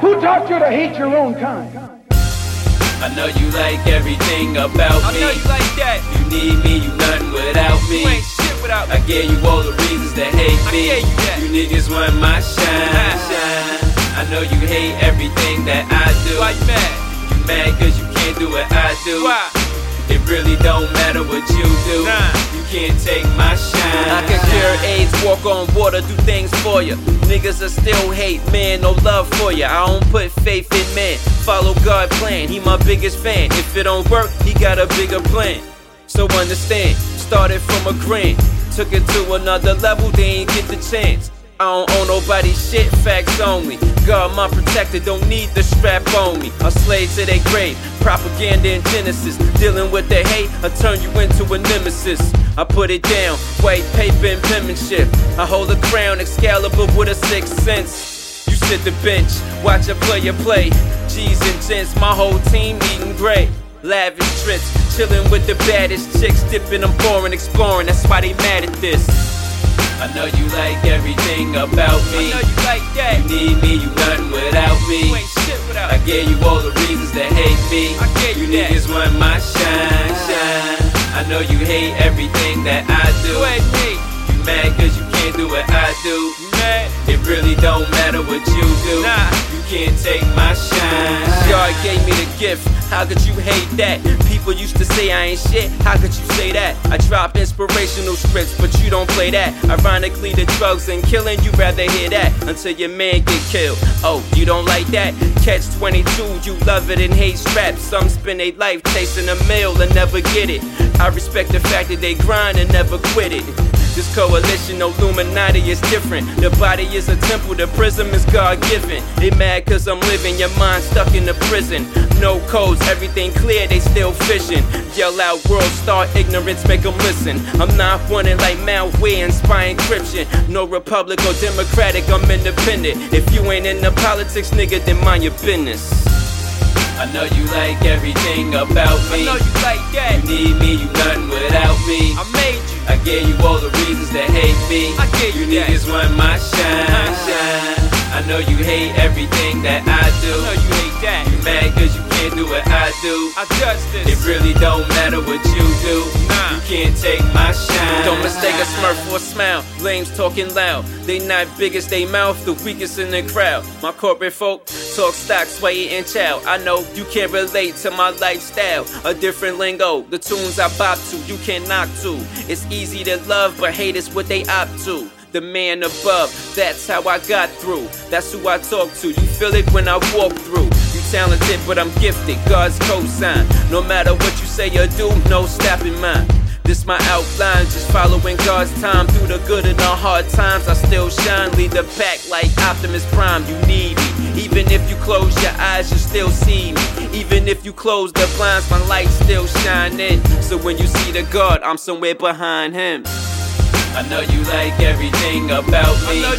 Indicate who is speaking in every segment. Speaker 1: Who taught you to hate your own kind?
Speaker 2: I know you like everything about
Speaker 3: I
Speaker 2: me.
Speaker 3: know you like that.
Speaker 2: You need me, you nothing without me.
Speaker 3: You ain't shit without
Speaker 2: I
Speaker 3: me.
Speaker 2: gave you all the reasons to hate
Speaker 3: I
Speaker 2: me.
Speaker 3: gave you that.
Speaker 2: niggas want my shine. shine. I know you hate everything that I do.
Speaker 3: Why you mad?
Speaker 2: You mad cause you can't do what I do.
Speaker 3: Why?
Speaker 2: It really don't matter what you do.
Speaker 3: Nah.
Speaker 2: You can't take my shine.
Speaker 3: I can cure AIDS, walk on water, do things for ya. Niggas I still hate, man, no love for ya. I don't put faith in man. Follow God plan, he my biggest fan. If it don't work, he got a bigger plan. So understand, started from a grin, took it to another level, they ain't get the chance. I don't own nobody's shit, facts only. God, my protector, don't need the strap on me. I slave to their grave, propaganda and genesis. Dealing with their hate, I turn you into a nemesis. I put it down, white paper and penmanship. I hold a crown, Excalibur with a sixth sense. You sit the bench, watch a player play. G's and gents, my whole team eating great. Lavish trips, chilling with the baddest chicks, dipping, I'm foreign, exploring. That's why they mad at this.
Speaker 2: I know you like everything
Speaker 3: I
Speaker 2: about
Speaker 3: know
Speaker 2: me.
Speaker 3: you like that.
Speaker 2: You need me, you nothing without
Speaker 3: You
Speaker 2: me.
Speaker 3: ain't shit without
Speaker 2: I gave you all the reasons to hate me.
Speaker 3: I gave you that.
Speaker 2: niggas want my shine, shine. I know you hate everything that I do.
Speaker 3: You ain't me.
Speaker 2: You mad cause you can't do what I do.
Speaker 3: You mad?
Speaker 2: It really don't matter what you do.
Speaker 3: Nah.
Speaker 2: You can't take my shine.
Speaker 3: God gave me the gift. How could you hate that? People used to say I ain't shit. How could you say that? I drop inspirational scripts, but you don't play that. Ironically, the drugs and killing, you rather hear that until your man get killed. Oh, you don't like that? Catch 22, you love it and hate strap. Some spend their life chasing a meal and never get it. I respect the fact that they grind and never quit it. This coalition, Illuminati is different. The body is a temple, the prism is God given. They mad cause I'm living, your mind stuck in the prison. No codes, everything clear, they still fishing. Yell out, world star ignorance, make 'em listen. I'm not wanted like malware, inspiring encryption. No republic or democratic, I'm independent. If you ain't into politics, nigga, then mind your business.
Speaker 2: I know you like everything about me.
Speaker 3: like
Speaker 2: You need me, you nothing without me.
Speaker 3: made you.
Speaker 2: I gave you all the reasons to hate me.
Speaker 3: I gave you that.
Speaker 2: niggas want my shine, shine. I know you hate everything that I do.
Speaker 3: you hate
Speaker 2: You
Speaker 3: that.
Speaker 2: mad cause you can't do what I do.
Speaker 3: I judge this.
Speaker 2: It really don't matter what you do.
Speaker 3: Nah.
Speaker 2: You can't take my shine.
Speaker 3: Don't mistake a smirk for a smile. Lames talking loud. They not biggest, they mouth the weakest in the crowd. My corporate folk talk stock, sway and chow. I know you can't relate to my lifestyle. A different lingo, the tunes I bop to, you can't knock to. It's easy to love, but hate is what they opt to. The man above, that's how I got through. That's who I talk to. You feel it when I walk through. You talented, but I'm gifted. God's cosign. No matter what you say or do, no stopping mine. This my outline, just following God's time. Through the good and the hard times, I still shine. Lead the pack like Optimus Prime. You need me. Even if you close your eyes, you still see me. Even if you close the blinds, my light still shining. So when you see the God, I'm somewhere behind him.
Speaker 2: I know you like everything about me.
Speaker 3: like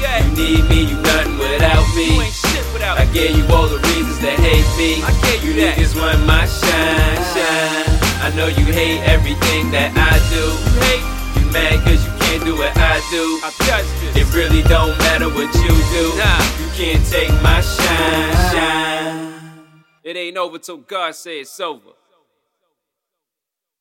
Speaker 2: You need me, you nothing without me.
Speaker 3: shit without
Speaker 2: I gave you all the reasons to hate me.
Speaker 3: I gave you that.
Speaker 2: niggas want my shine, shine. I know you hate everything that I do. You hate, you mad cause you can't do what I do.
Speaker 3: judged
Speaker 2: It really don't matter what you do.
Speaker 3: Nah.
Speaker 2: You can't take my shine, shine.
Speaker 3: It ain't over till God says it's over.